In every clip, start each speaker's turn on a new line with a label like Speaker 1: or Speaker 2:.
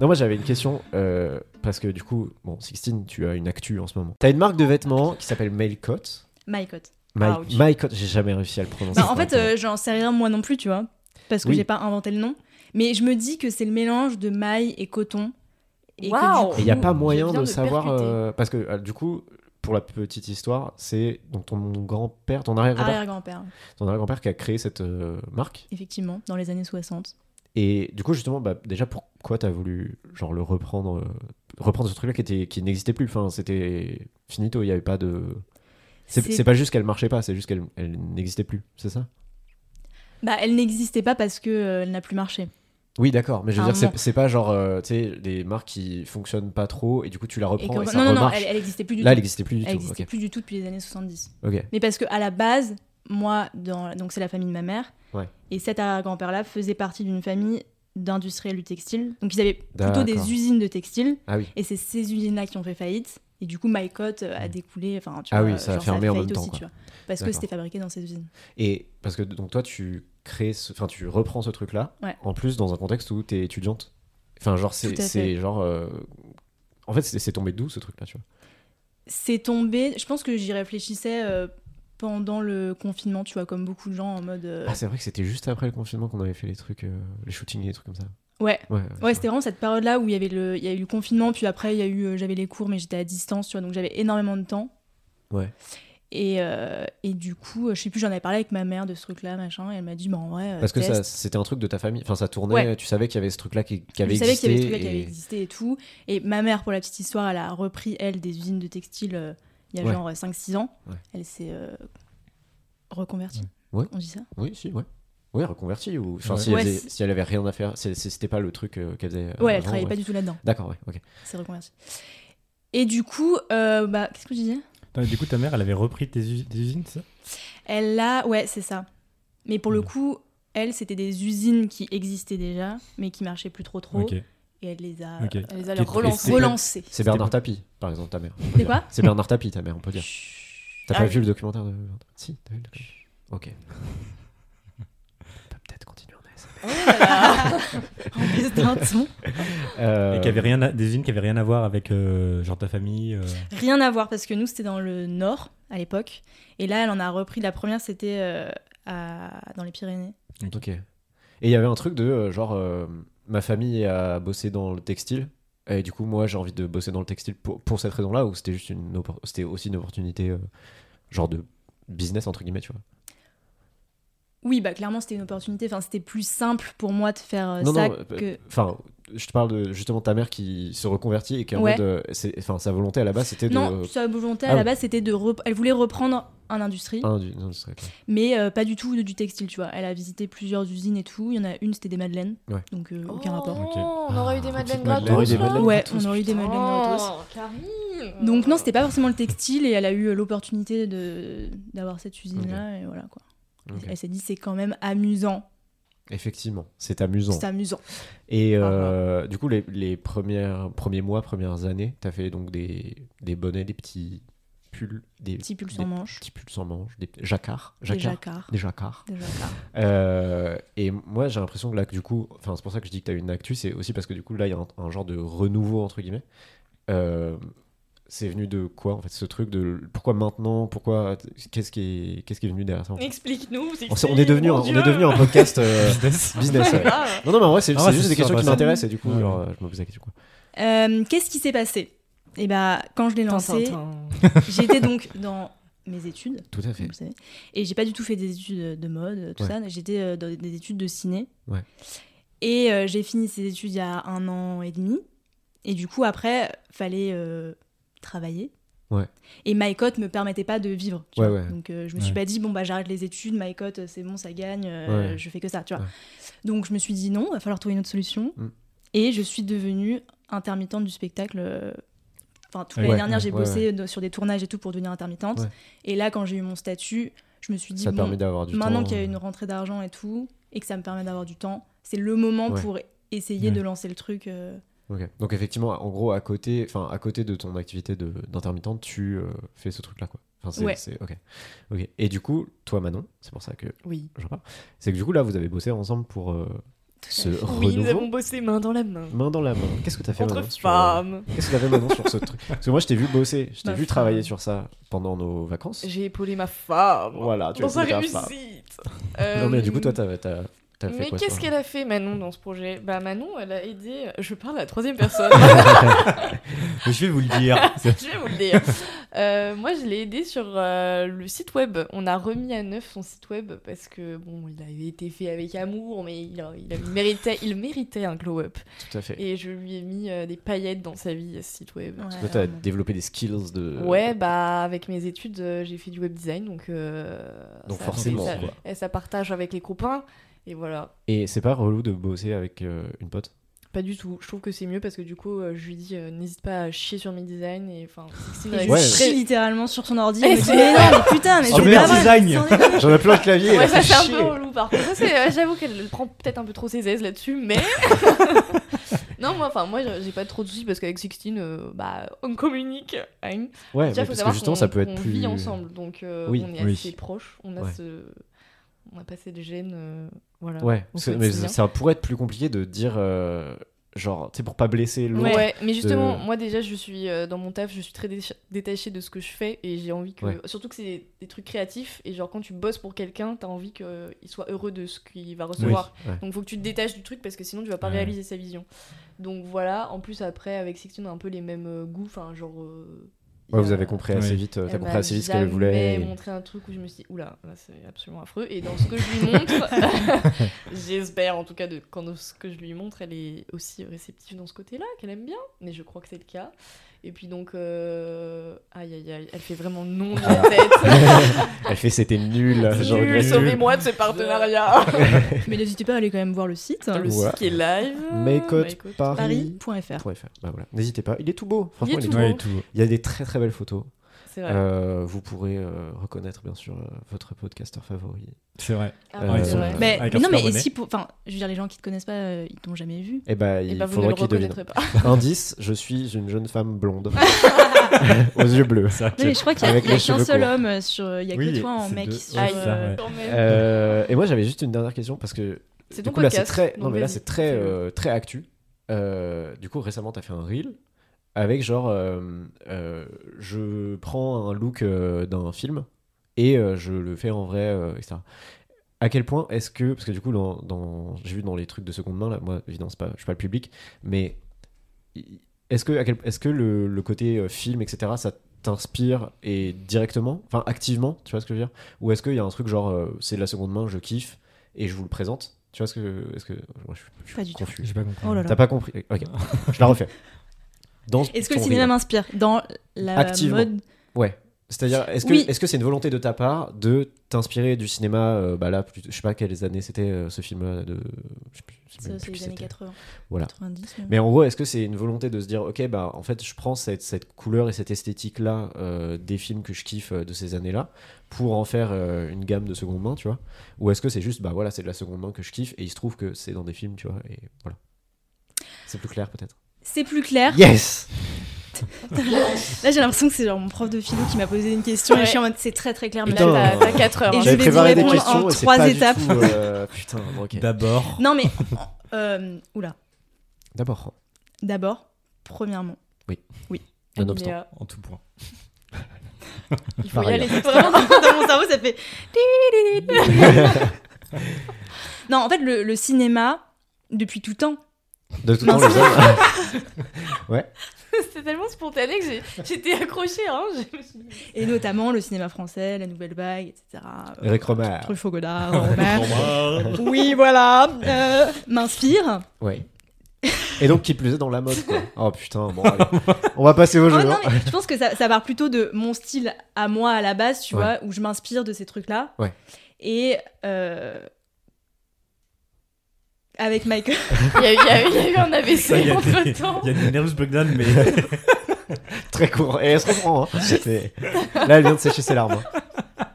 Speaker 1: Non, moi j'avais une question, euh, parce que du coup, bon, Sixtine, tu as une actu en ce moment. T'as une marque de vêtements qui s'appelle Mailcot.
Speaker 2: Mycot.
Speaker 1: My,
Speaker 2: Ouch.
Speaker 1: Mailcot, j'ai jamais réussi à le prononcer.
Speaker 2: Bah, en fait,
Speaker 1: correctement.
Speaker 2: euh, j'en sais rien moi non plus, tu vois, parce que
Speaker 1: Oui.
Speaker 2: j'ai pas inventé le nom. Mais je me dis que c'est le mélange de maille et coton. Et que
Speaker 3: Waouh.
Speaker 2: du
Speaker 1: Et il n'y a
Speaker 2: coup-
Speaker 1: pas
Speaker 3: Je
Speaker 1: moyen de,
Speaker 3: viens de
Speaker 1: savoir.
Speaker 3: percuter.
Speaker 1: euh, parce que euh, du coup, pour la petite histoire, c'est donc ton grand-père, ton arrière-grand-père
Speaker 2: Arrière-grand-père,
Speaker 1: ton arrière-grand-père qui a créé cette euh, marque.
Speaker 2: effectivement, dans les années 60.
Speaker 1: Et du coup, justement, bah, déjà, pourquoi tu as voulu genre, le reprendre, euh, reprendre ce truc-là qui, était- qui n'existait plus enfin, C'était finito, il n'y avait pas de. C'est,
Speaker 2: C'est-
Speaker 1: c'est pas juste qu'elle marchait pas, c'est juste qu'elle elle n'existait plus, c'est ça
Speaker 2: Bah, elle n'existait pas parce que euh, elle n'a plus marché.
Speaker 1: Oui, d'accord, mais je veux
Speaker 2: Ah,
Speaker 1: dire, c'est,
Speaker 2: non.
Speaker 1: c'est pas genre euh, tu sais, des marques qui fonctionnent pas trop et du coup tu la
Speaker 2: Et
Speaker 1: reprends et,
Speaker 2: que-
Speaker 1: ça
Speaker 2: non, non, non,
Speaker 1: remarche.
Speaker 2: elle, elle existait plus du
Speaker 1: Là, elle
Speaker 2: tout.
Speaker 1: n'existait plus du
Speaker 2: Elle
Speaker 1: tout.
Speaker 2: existait
Speaker 1: ok.
Speaker 2: plus du tout depuis les années 70.
Speaker 1: Ok.
Speaker 2: Mais parce que à la base, moi, dans, donc c'est la famille de ma mère,
Speaker 1: Ouais.
Speaker 2: et cet arrière-grand-père-là faisait partie d'une famille d'industriels du textile. Donc ils avaient plutôt
Speaker 1: Ah, D'accord.
Speaker 2: des usines de textile,
Speaker 1: Ah oui.
Speaker 2: et c'est ces usines-là qui ont fait faillite. Et du coup, MyCot euh, a
Speaker 1: Mm.
Speaker 2: découlé, enfin, tu
Speaker 1: Ah
Speaker 2: vois, euh,
Speaker 1: oui, ça a
Speaker 2: genre,
Speaker 1: fermé en
Speaker 2: faillite
Speaker 1: même temps, quoi.
Speaker 2: tu vois, parce que
Speaker 1: D'accord.
Speaker 2: c'était fabriqué dans ces usines.
Speaker 1: Et parce que donc toi tu crées, ce- enfin tu reprends ce truc là,
Speaker 2: Ouais.
Speaker 1: en plus dans un contexte où t'es étudiante. Enfin genre c'est,
Speaker 2: Tout à
Speaker 1: c'est
Speaker 2: fait.
Speaker 1: genre, euh, en fait c'est, c'est tombé d'où ce truc là tu vois
Speaker 2: C'est tombé, je pense que j'y réfléchissais euh, pendant le confinement, tu vois, comme beaucoup de gens en mode. euh,
Speaker 1: Ah c'est vrai que c'était juste après le confinement qu'on avait fait les trucs, euh, les shootings et les trucs comme ça.
Speaker 2: ouais,
Speaker 1: Ouais.
Speaker 2: Ouais, c'était vraiment cette période-là où il y avait le, il y a eu le confinement, puis après il y a eu, euh, j'avais les cours, mais j'étais à distance, tu vois, donc j'avais énormément de temps.
Speaker 1: Ouais.
Speaker 2: Et, euh, et du coup, euh, je sais plus, j'en avais parlé avec ma mère de ce truc-là, machin, et elle m'a dit, bah en vrai, euh,
Speaker 1: Parce que ça,
Speaker 2: teste.
Speaker 1: c'était un truc de ta famille, enfin ça tournait,
Speaker 2: Ouais.
Speaker 1: tu savais qu'il y avait ce truc là qui, qui
Speaker 2: je
Speaker 1: avait
Speaker 2: savais
Speaker 1: existé.
Speaker 2: qu'il y avait ce truc-là qui avait
Speaker 1: et-
Speaker 2: existé et tout. Et ma mère, pour la petite histoire, elle a repris, elle, des usines de textile euh, il y a
Speaker 1: Ouais.
Speaker 2: genre 5-6 ans.
Speaker 1: Ouais.
Speaker 2: Elle s'est euh, reconvertie.
Speaker 1: Ouais.
Speaker 2: On dit ça
Speaker 1: Oui, si, ouais. Oui, reconverti ou enfin
Speaker 4: Ouais.
Speaker 1: si, elle
Speaker 2: Ouais,
Speaker 1: faisait-
Speaker 2: c'est-
Speaker 1: si elle avait rien à faire, c'est- c'est- c'était pas le truc euh, qu'elle faisait.
Speaker 2: Ouais, elle travaillait pas du tout là-dedans.
Speaker 1: D'accord, ouais, ok.
Speaker 2: C'est reconvertie. Et du coup, euh, bah, qu'est-ce que je disais
Speaker 4: Non, mais du coup, ta mère, elle avait repris tes, us- tes usines, c'est ça
Speaker 2: Elle a, ouais, c'est ça. Mais pour le
Speaker 4: Mm.
Speaker 2: coup, elle, c'était des usines qui existaient déjà, mais qui marchaient plus trop trop,
Speaker 4: Ok.
Speaker 2: et elle les a
Speaker 4: Ok.
Speaker 2: euh,
Speaker 3: Elle les a
Speaker 4: Qui-
Speaker 3: relancées.
Speaker 4: et-
Speaker 2: relancées.
Speaker 1: C'est Bernard Tapie, par exemple, ta mère. on peut
Speaker 2: C'est
Speaker 1: dire.
Speaker 2: quoi
Speaker 1: C'est Bernard Tapie, ta mère, on peut dire.
Speaker 2: Chut.
Speaker 1: T'as
Speaker 2: Ah
Speaker 1: pas
Speaker 2: oui.
Speaker 1: vu le documentaire de Bernard Tapie Si, t'as vu le documentaire. Ok. On peut peut-être continuer en ASMR.
Speaker 2: Oh En plus d'un ton.
Speaker 1: Euh,
Speaker 4: Et qui avait rien à- des usines qui avaient rien à voir avec euh, genre ta famille. euh,
Speaker 2: Rien à voir parce que nous, c'était dans le nord à l'époque, et là, elle en a repris. La première, c'était euh, à- dans les Pyrénées.
Speaker 1: Ok. Et il y avait un truc de euh, genre, euh, ma famille a bossé dans le textile. Et du coup, moi, j'ai envie de bosser dans le textile pour, pour cette raison-là, ou c'était juste une oppor- c'était aussi une opportunité, euh, genre de business entre guillemets, tu vois.
Speaker 2: Oui, bah clairement, c'était une opportunité. Enfin, c'était plus simple pour moi de faire euh,
Speaker 1: Non,
Speaker 2: ça
Speaker 1: non, euh,
Speaker 2: que.
Speaker 1: Enfin, je te parle de justement ta mère qui se reconvertit et qui en
Speaker 2: Ouais.
Speaker 1: mode, euh, c'est- enfin, sa volonté à la base, c'était de.
Speaker 2: Non, sa volonté à
Speaker 1: Ah
Speaker 2: la
Speaker 1: oui.
Speaker 2: base, c'était de. rep- Elle voulait reprendre un industrie.
Speaker 1: Ah, du- non, ce serait quoi.
Speaker 2: mais euh, pas du tout de- du textile, tu vois. Elle a visité plusieurs usines et tout. Il y en a une, c'était des madeleines,
Speaker 1: Ouais.
Speaker 2: donc euh, aucun
Speaker 3: Oh,
Speaker 2: rapport.
Speaker 4: Ok.
Speaker 3: On aurait eu des
Speaker 1: Ah,
Speaker 3: madeleines
Speaker 1: petite madeleine.
Speaker 3: gratos.
Speaker 1: On aurait eu des
Speaker 3: là.
Speaker 1: madeleines
Speaker 2: ouais,
Speaker 1: gratos,
Speaker 2: on aurait eu des
Speaker 3: Putain,
Speaker 2: madeleines gratos.
Speaker 3: Karine.
Speaker 2: Donc non, c'était pas forcément le textile et elle a eu euh, l'opportunité de d'avoir cette usine-là et voilà quoi.
Speaker 1: Ok.
Speaker 2: Elle s'est dit c'est quand même amusant,
Speaker 1: Effectivement, c'est amusant.
Speaker 2: c'est amusant.
Speaker 1: Et euh, du coup, les, les premières, premiers mois, premières années, t'as fait donc des, des bonnets, des petits pulls, des
Speaker 2: Petit pull
Speaker 1: des
Speaker 2: sans manches,
Speaker 1: petits pulls sans manches, des jacquards,
Speaker 2: des
Speaker 1: jacquards,
Speaker 2: jacquards.
Speaker 1: des jacquards.
Speaker 2: des jacquards.
Speaker 1: Euh, et moi, j'ai l'impression que là, que du coup, enfin, c'est pour ça que je dis que t'as eu une actu, c'est aussi parce que du coup, là, il y a un, un genre de renouveau entre guillemets. Euh, c'est venu de quoi en fait ce truc de pourquoi maintenant pourquoi qu'est-ce qui est qu'est-ce qui est venu derrière ça en fait
Speaker 3: Explique-nous.
Speaker 1: on, s'est- on est devenu
Speaker 3: mon
Speaker 1: un- on
Speaker 3: Dieu. Ah.
Speaker 1: est devenu un podcast euh,
Speaker 4: business.
Speaker 1: business ouais. Non, non, mais en vrai, c'est
Speaker 4: Ah
Speaker 1: c'est
Speaker 4: ouais,
Speaker 1: juste
Speaker 4: c'est
Speaker 1: des
Speaker 4: sûr,
Speaker 1: questions
Speaker 4: bah,
Speaker 1: qui
Speaker 4: ça-
Speaker 1: m'intéressent et du coup,
Speaker 4: Ouais.
Speaker 1: genre, euh, je me posais la question. Quoi.
Speaker 2: Euh, Qu'est-ce qui s'est passé Eh bah quand je l'ai lancé, j'étais donc dans mes études.
Speaker 1: Tout à
Speaker 2: vous savez. Et j'ai pas du tout fait des études de mode, tout
Speaker 1: Ouais.
Speaker 2: ça. J'étais euh, dans des études de ciné.
Speaker 1: Ouais.
Speaker 2: Et euh, j'ai fini ces études il y a un an et demi. Et du coup, après, fallait euh, travailler.
Speaker 1: Ouais.
Speaker 2: Et MyCot me permettait pas de vivre. tu
Speaker 1: Ouais,
Speaker 2: vois.
Speaker 1: ouais.
Speaker 2: Donc euh, je me suis
Speaker 4: Ouais.
Speaker 2: pas dit, bon, bah j'arrête les études, MyCot, euh, c'est bon, ça gagne, euh,
Speaker 1: Ouais.
Speaker 2: je fais que ça, tu vois.
Speaker 1: Ouais.
Speaker 2: Donc je me suis dit, non, va falloir trouver une autre solution.
Speaker 1: Mm.
Speaker 2: Et je suis devenue intermittente du spectacle. euh, Enfin, toute
Speaker 4: Ouais,
Speaker 2: l'année dernière,
Speaker 1: ouais,
Speaker 2: j'ai
Speaker 1: ouais,
Speaker 2: bossé de- sur des tournages et tout pour devenir intermittente.
Speaker 1: Ouais.
Speaker 2: Et là, quand j'ai eu mon statut, je me suis dit,
Speaker 1: Ça te
Speaker 2: bon,
Speaker 1: permet d'avoir du
Speaker 2: maintenant
Speaker 1: temps. euh.
Speaker 2: qu'il y a une rentrée d'argent et tout, et que ça me permet d'avoir du temps, c'est le moment
Speaker 1: Ouais.
Speaker 2: pour essayer
Speaker 4: Ouais.
Speaker 2: de lancer le truc. euh,
Speaker 1: Ok. Donc, effectivement, en gros, à côté, enfin, à côté de ton activité de- d'intermittente, tu euh, fais ce truc-là, quoi. Enfin, c'est,
Speaker 2: Ouais.
Speaker 1: c'est- ok. ok. Et du coup, toi, Manon, c'est pour ça que
Speaker 3: Oui.
Speaker 1: j'en parle. C'est que du coup, là, vous avez bossé ensemble pour euh, ce
Speaker 3: Oui, nous avons
Speaker 1: renouveau
Speaker 3: bossé main dans la main.
Speaker 1: main dans la main. Qu'est-ce que t'as fait
Speaker 3: Entre
Speaker 1: maintenant sur- euh,
Speaker 3: femmes.
Speaker 1: Qu'est-ce que t'as fait maintenant sur ce truc Parce que moi, je t'ai vu bosser, je t'ai
Speaker 2: Ma
Speaker 1: vu
Speaker 2: femme.
Speaker 1: travailler sur ça pendant nos vacances.
Speaker 3: J'ai épaulé ma femme.
Speaker 1: Voilà, tu
Speaker 3: dans
Speaker 1: as
Speaker 3: sa
Speaker 1: épaulé ta femme.
Speaker 3: réussite. Euh,
Speaker 1: Non, mais du coup, toi, t'as t'as- t'as fait
Speaker 3: Mais
Speaker 1: quoi
Speaker 3: qu'est-ce
Speaker 1: sur-
Speaker 3: qu'elle a fait Manon dans ce projet Bah Manon, elle a aidé. Je parle à la troisième personne.
Speaker 4: Mais je vais vous le dire.
Speaker 3: je vais vous le dire. Euh, moi, je l'ai aidé sur euh, le site web. On a remis à neuf son site web parce que bon, il avait été fait avec amour, mais il, il avait- méritait, il méritait un glow-up.
Speaker 1: Tout à fait.
Speaker 3: Et je lui ai mis euh, des paillettes dans sa vie à ce site web.
Speaker 2: Ouais,
Speaker 1: Toi, t'as
Speaker 2: vraiment.
Speaker 1: développé des skills de.
Speaker 3: euh, Ouais, bah avec mes études, euh, j'ai fait du web design, donc. euh,
Speaker 1: Donc
Speaker 3: ça-
Speaker 1: forcément,
Speaker 3: Ça,
Speaker 1: quoi.
Speaker 3: et ça partage avec les copains. Et voilà,
Speaker 1: Et c'est pas relou de bosser avec euh, une pote
Speaker 3: Pas du tout. Je trouve que c'est mieux parce que du coup, euh, je lui dis, euh, n'hésite pas à chier sur mes designs. Et enfin, Sixtine
Speaker 2: Et
Speaker 3: aurait
Speaker 2: je
Speaker 1: Ouais.
Speaker 3: été très-
Speaker 2: chie littéralement sur son ordi.
Speaker 3: Et
Speaker 2: Et me dit,
Speaker 3: c'est-
Speaker 2: mais non, mais putain, mais
Speaker 1: Sur
Speaker 2: c'est
Speaker 1: mes
Speaker 2: pas vrai,
Speaker 4: designs.
Speaker 2: sans déconner.
Speaker 1: J'en ai plus le clavier.
Speaker 3: Ouais, ça
Speaker 1: fais
Speaker 3: c'est un
Speaker 1: chier.
Speaker 3: peu relou par contre. Ça, c'est- euh, J'avoue qu'elle prend peut-être un peu trop ses aises là-dessus, mais. non, moi, enfin, moi, j'ai pas trop de soucis parce qu'avec Sixtine, euh, bah, on communique. hein.
Speaker 1: Ouais,
Speaker 3: Déjà,
Speaker 1: mais parce
Speaker 3: faut
Speaker 1: que
Speaker 3: savoir
Speaker 1: justement,
Speaker 3: qu'on-
Speaker 1: ça peut être
Speaker 3: qu'on
Speaker 1: plus.
Speaker 3: vit ensemble, donc euh,
Speaker 1: Oui.
Speaker 3: on est
Speaker 4: Oui.
Speaker 3: assez proches. On a
Speaker 1: Ouais.
Speaker 3: ce, on a pas cette gêne, euh, voilà.
Speaker 1: Ouais,
Speaker 3: au
Speaker 1: parce que- mais
Speaker 3: quotidien.
Speaker 1: ça, ça pourrait être plus compliqué de dire. euh, genre, tu sais, pour pas blesser l'autre.
Speaker 3: Ouais, mais justement,
Speaker 1: de-
Speaker 3: moi déjà, je suis euh, dans mon taf, je suis très déch- détachée de ce que je fais et j'ai envie que.
Speaker 1: Ouais.
Speaker 3: Surtout que c'est des trucs créatifs et genre quand tu bosses pour quelqu'un, t'as envie qu'il soit heureux de ce qu'il va recevoir.
Speaker 1: ouais.
Speaker 3: Donc faut que tu te détaches du truc parce que sinon tu vas pas
Speaker 4: Ouais.
Speaker 3: réaliser sa vision. Donc voilà, en plus après, avec Sixteen, on a un peu les mêmes euh, goûts, enfin genre. euh, il
Speaker 1: Ouais,
Speaker 3: y
Speaker 1: vous
Speaker 3: a-
Speaker 1: avez compris
Speaker 4: Oui.
Speaker 1: assez vite, euh,
Speaker 3: elle
Speaker 1: t'as compris
Speaker 3: m'a
Speaker 1: assez vite ce qu'elle
Speaker 3: Eh ben, jamais
Speaker 1: voulait. et-
Speaker 3: montré un truc où je me suis dit, oula, là, c'est absolument affreux. Et dans ce que je lui montre, j'espère en tout cas de, quand dans ce que je lui montre, elle est aussi réceptive dans ce côté-là, qu'elle aime bien. Mais je crois que c'est le cas. Et puis donc, euh, aïe aïe aïe, elle fait vraiment non de la tête.
Speaker 1: Elle fait c'était nul. genre,
Speaker 3: Nul,
Speaker 1: nul.
Speaker 3: Sauvez-moi de ce partenariat.
Speaker 2: Mais n'hésitez pas à aller quand même voir le site. euh,
Speaker 3: Dans le
Speaker 1: Voilà.
Speaker 3: site qui est live.
Speaker 1: Makeout
Speaker 3: Makeout.
Speaker 1: Paris.
Speaker 2: Paris.fr.
Speaker 1: .fr. Bah voilà, n'hésitez pas. Il est tout beau. Franchement, il est tout
Speaker 4: Ouais,
Speaker 1: beau.
Speaker 4: et tout.
Speaker 1: Il y a des très très belles photos.
Speaker 3: C'est vrai.
Speaker 1: Euh, vous pourrez euh, reconnaître bien sûr euh, votre podcasteur favori.
Speaker 4: C'est vrai.
Speaker 3: Ah,
Speaker 1: euh,
Speaker 3: ouais,
Speaker 1: ils
Speaker 3: c'est
Speaker 1: sont-
Speaker 3: vrai.
Speaker 2: Mais,
Speaker 4: Avec
Speaker 2: mais
Speaker 4: un
Speaker 2: non,
Speaker 4: super
Speaker 2: mais
Speaker 4: bonnet.
Speaker 2: si pour. Enfin, je veux dire, les gens qui te connaissent pas, euh, ils t'ont jamais vu.
Speaker 1: Et bah,
Speaker 3: Et
Speaker 1: il
Speaker 3: bah, vous ne
Speaker 1: faudrait
Speaker 3: le
Speaker 1: qu'il devine.
Speaker 3: reconnaîtrez pas.
Speaker 1: Indice je suis une jeune femme blonde aux yeux bleus.
Speaker 2: Non, mais je crois qu'il y a,
Speaker 1: Avec
Speaker 2: il y a
Speaker 1: les
Speaker 2: qu'un
Speaker 1: cheveux
Speaker 2: seul
Speaker 1: courts.
Speaker 2: homme euh, sur. Il y a
Speaker 4: Oui,
Speaker 2: que toi en
Speaker 4: c'est
Speaker 2: mec
Speaker 4: deux.
Speaker 2: sur.
Speaker 3: Aïe,
Speaker 4: ça, ouais.
Speaker 3: quand même.
Speaker 1: Euh, et moi j'avais juste une dernière question parce que
Speaker 3: C'est
Speaker 1: du
Speaker 3: ton
Speaker 1: coup là c'est
Speaker 3: podcast,
Speaker 1: très non
Speaker 3: donc
Speaker 1: mais là
Speaker 3: vas-y,
Speaker 1: c'est très
Speaker 3: fais-le.
Speaker 1: euh, très actu. Euh, du coup récemment t'as fait un reel avec genre euh, euh, je prends un look euh, d'un film et euh, je le fais en vrai euh, etc. À quel point est-ce que parce que du coup dans, dans- j'ai vu dans les trucs de seconde main là moi évidemment c'est pas je suis pas le public mais i- est-ce que à quel- est-ce que le, le côté euh, film etc ça t'inspire et directement enfin activement tu vois ce que je veux dire ou est-ce qu'il y a un truc genre euh, c'est de la seconde main je kiffe et je vous le présente tu vois ce que est-ce que moi, je, suis- je suis
Speaker 2: Pas du tout.
Speaker 1: confus.
Speaker 4: J'ai pas compris.
Speaker 2: Oh là là.
Speaker 1: T'as pas compris Ok, je la refais. Dans
Speaker 2: Est-ce que
Speaker 1: ton
Speaker 2: le cinéma
Speaker 1: reel.
Speaker 2: m'inspire Dans la
Speaker 1: Activement.
Speaker 2: mode.
Speaker 1: Ouais. C'est-à-dire, est-ce que
Speaker 2: Oui.
Speaker 1: est-ce que c'est une volonté de ta part de t'inspirer du cinéma euh, Bah là, plus- je sais pas quelles années c'était euh, ce film-là de. Je sais plus- je sais même
Speaker 2: C'est
Speaker 1: plus qui
Speaker 2: c'est les années
Speaker 1: c'était.
Speaker 2: 80.
Speaker 1: Voilà.
Speaker 2: 90. même.
Speaker 1: Mais en gros, est-ce que c'est une volonté de se dire, ok, bah en fait, je prends cette, cette couleur et cette esthétique-là euh, des films que je kiffe euh, de ces années-là pour en faire euh, une gamme de seconde main, tu vois Ou est-ce que c'est juste, bah voilà, c'est de la seconde main que je kiffe et il se trouve que c'est dans des films, tu vois Et voilà. C'est plus clair peut-être.
Speaker 2: C'est plus clair.
Speaker 1: Yes
Speaker 2: Là, j'ai l'impression que c'est genre mon prof de philo qui m'a posé une question et
Speaker 3: Ouais.
Speaker 2: je suis en mode c'est très très clair. Mais
Speaker 1: Putain.
Speaker 2: là,
Speaker 3: T'as- T'as 4 heures.
Speaker 2: Et
Speaker 3: hein.
Speaker 2: je vais
Speaker 1: J'avais préparé
Speaker 2: dire
Speaker 1: des
Speaker 2: en
Speaker 1: questions et c'est
Speaker 2: trois
Speaker 1: pas
Speaker 2: étapes.
Speaker 1: du tout. euh, putain, bon, ok.
Speaker 4: D'abord.
Speaker 2: t'as- Non, mais. euh, oula.
Speaker 1: D'abord,
Speaker 2: D'abord, premièrement.
Speaker 1: nonobstant.
Speaker 3: Alinéa.
Speaker 4: En tout point.
Speaker 3: euh, Il faut y
Speaker 1: Pareil.
Speaker 3: aller.
Speaker 2: Vraiment, dans, dans mon cerveau, ça fait. Non, en fait, le, le cinéma, depuis tout temps.
Speaker 1: De tout
Speaker 2: Non,
Speaker 1: temps, les hommes.
Speaker 3: C'était tellement spontané que j'ai- j'étais accrochée. Hein. Je me suis dit,
Speaker 2: Et notamment le cinéma français, la Nouvelle Vague, etc. Euh,
Speaker 1: Eric Romer.
Speaker 2: Truffaut Godard, Romer. Oui, voilà. euh, M'inspire.
Speaker 1: Ouais. Et donc, qui plus est dans la mode, quoi. Oh putain, bon, allez. On va passer au jeu.
Speaker 2: Oh, non,
Speaker 1: hein.
Speaker 2: mais je pense que ça, ça part plutôt de mon style à moi à la base, tu
Speaker 1: Ouais.
Speaker 2: vois, où je m'inspire de ces trucs-là.
Speaker 1: Ouais.
Speaker 2: Et euh, avec Michael.
Speaker 3: Il y, a eu- il y a eu- il y a eu un
Speaker 4: Ça, Il y
Speaker 3: AVC
Speaker 4: a
Speaker 3: entre
Speaker 4: des-
Speaker 3: temps.
Speaker 4: il y a des nervous breakdown, mais
Speaker 1: Très court. Et elle se reprend. Hein. Mais Là, elle vient de sécher ses larmes. hein.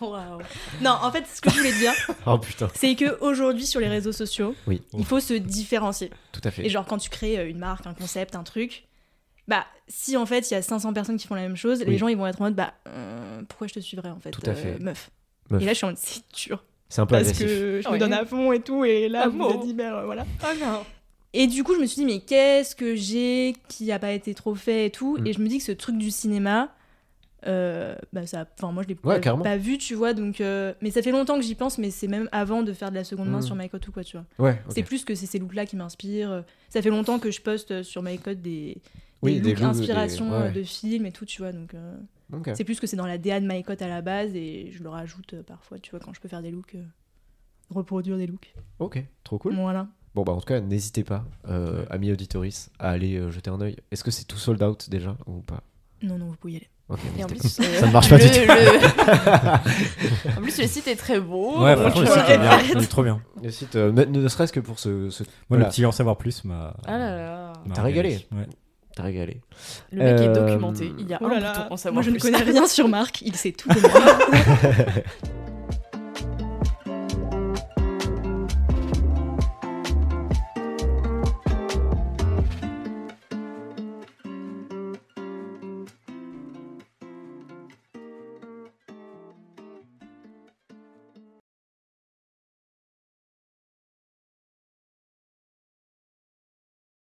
Speaker 3: Waouh.
Speaker 2: non, en fait, ce que je voulais te dire,
Speaker 1: Oh putain.
Speaker 2: c'est que aujourd'hui sur les réseaux sociaux,
Speaker 1: Oui.
Speaker 2: il faut se différencier.
Speaker 1: Tout à
Speaker 2: Et
Speaker 1: fait.
Speaker 2: genre quand tu crées euh, une marque, un concept, un truc, bah si en fait il y a 500 personnes qui font la même chose,
Speaker 1: Oui.
Speaker 2: les gens ils vont être en mode bah euh, pourquoi je te suivrais en fait,
Speaker 1: Tout à fait.
Speaker 2: meuf.
Speaker 1: Meuf.
Speaker 2: Et là je suis en mode c'est dur.
Speaker 1: C'est un peu
Speaker 2: parce
Speaker 1: agressif.
Speaker 2: que je
Speaker 3: Ouais.
Speaker 2: me donne à fond et tout, et là,
Speaker 3: Ah
Speaker 2: je
Speaker 3: bon.
Speaker 2: me dit, ben, euh, voilà.
Speaker 3: Ah non.
Speaker 2: Et du coup, je me suis dit, mais qu'est-ce que j'ai qui n'a pas été trop fait et tout
Speaker 1: Mm.
Speaker 2: Et je me dis que ce truc du cinéma, euh, bah ça, enfin, moi, je l'ai pas-
Speaker 1: carrément.
Speaker 2: pas vu, tu vois. Donc, euh, mais ça fait longtemps que j'y pense, mais c'est même avant de faire de la seconde main
Speaker 1: Mm.
Speaker 2: sur MyCode ou quoi, tu vois.
Speaker 1: Ouais, ok.
Speaker 2: C'est plus que c'est ces looks-là qui m'inspirent. Ça fait longtemps que je poste sur MyCode des, des
Speaker 1: Oui, des
Speaker 2: looks
Speaker 1: looks,
Speaker 2: inspiration
Speaker 1: des- ouais.
Speaker 2: euh, de films et tout, tu vois. Donc, euh,
Speaker 1: Ok.
Speaker 2: c'est plus que c'est dans la DA de MyCode à la base et je le rajoute euh, parfois, tu vois, quand je peux faire des looks, euh, reproduire des looks.
Speaker 1: ok, trop cool.
Speaker 2: Voilà.
Speaker 1: Bon, bah en tout cas, n'hésitez pas, euh, amis auditoris, à aller euh, jeter un œil. Est-ce que c'est tout sold out déjà ou pas
Speaker 2: Non, non, vous pouvez y aller.
Speaker 1: Ok,
Speaker 3: Et en
Speaker 1: n'hésitez
Speaker 3: plus,
Speaker 1: pas.
Speaker 3: euh,
Speaker 1: Ça ne marche pas
Speaker 3: le-
Speaker 1: du tout.
Speaker 3: le- en plus, le site est très beau.
Speaker 4: Ouais,
Speaker 3: donc,
Speaker 4: franchement, le
Speaker 3: voilà.
Speaker 4: site est bien. Il est trop bien.
Speaker 1: Le site, euh, ne, ne serait-ce que pour ce. ce-
Speaker 4: Moi,
Speaker 1: Voilà.
Speaker 4: le petit en savoir plus m'a.
Speaker 3: Ah là là.
Speaker 4: m'a
Speaker 1: T'as régalé.
Speaker 4: Ouais.
Speaker 1: T'as régalé.
Speaker 3: Le mec est
Speaker 1: Euh,
Speaker 3: documenté. Il y a
Speaker 2: Oh
Speaker 3: un
Speaker 2: là là,
Speaker 3: bouton pour savoir
Speaker 2: Moi, je ne
Speaker 3: plus.
Speaker 2: connais rien sur Marc, il sait tout de moi.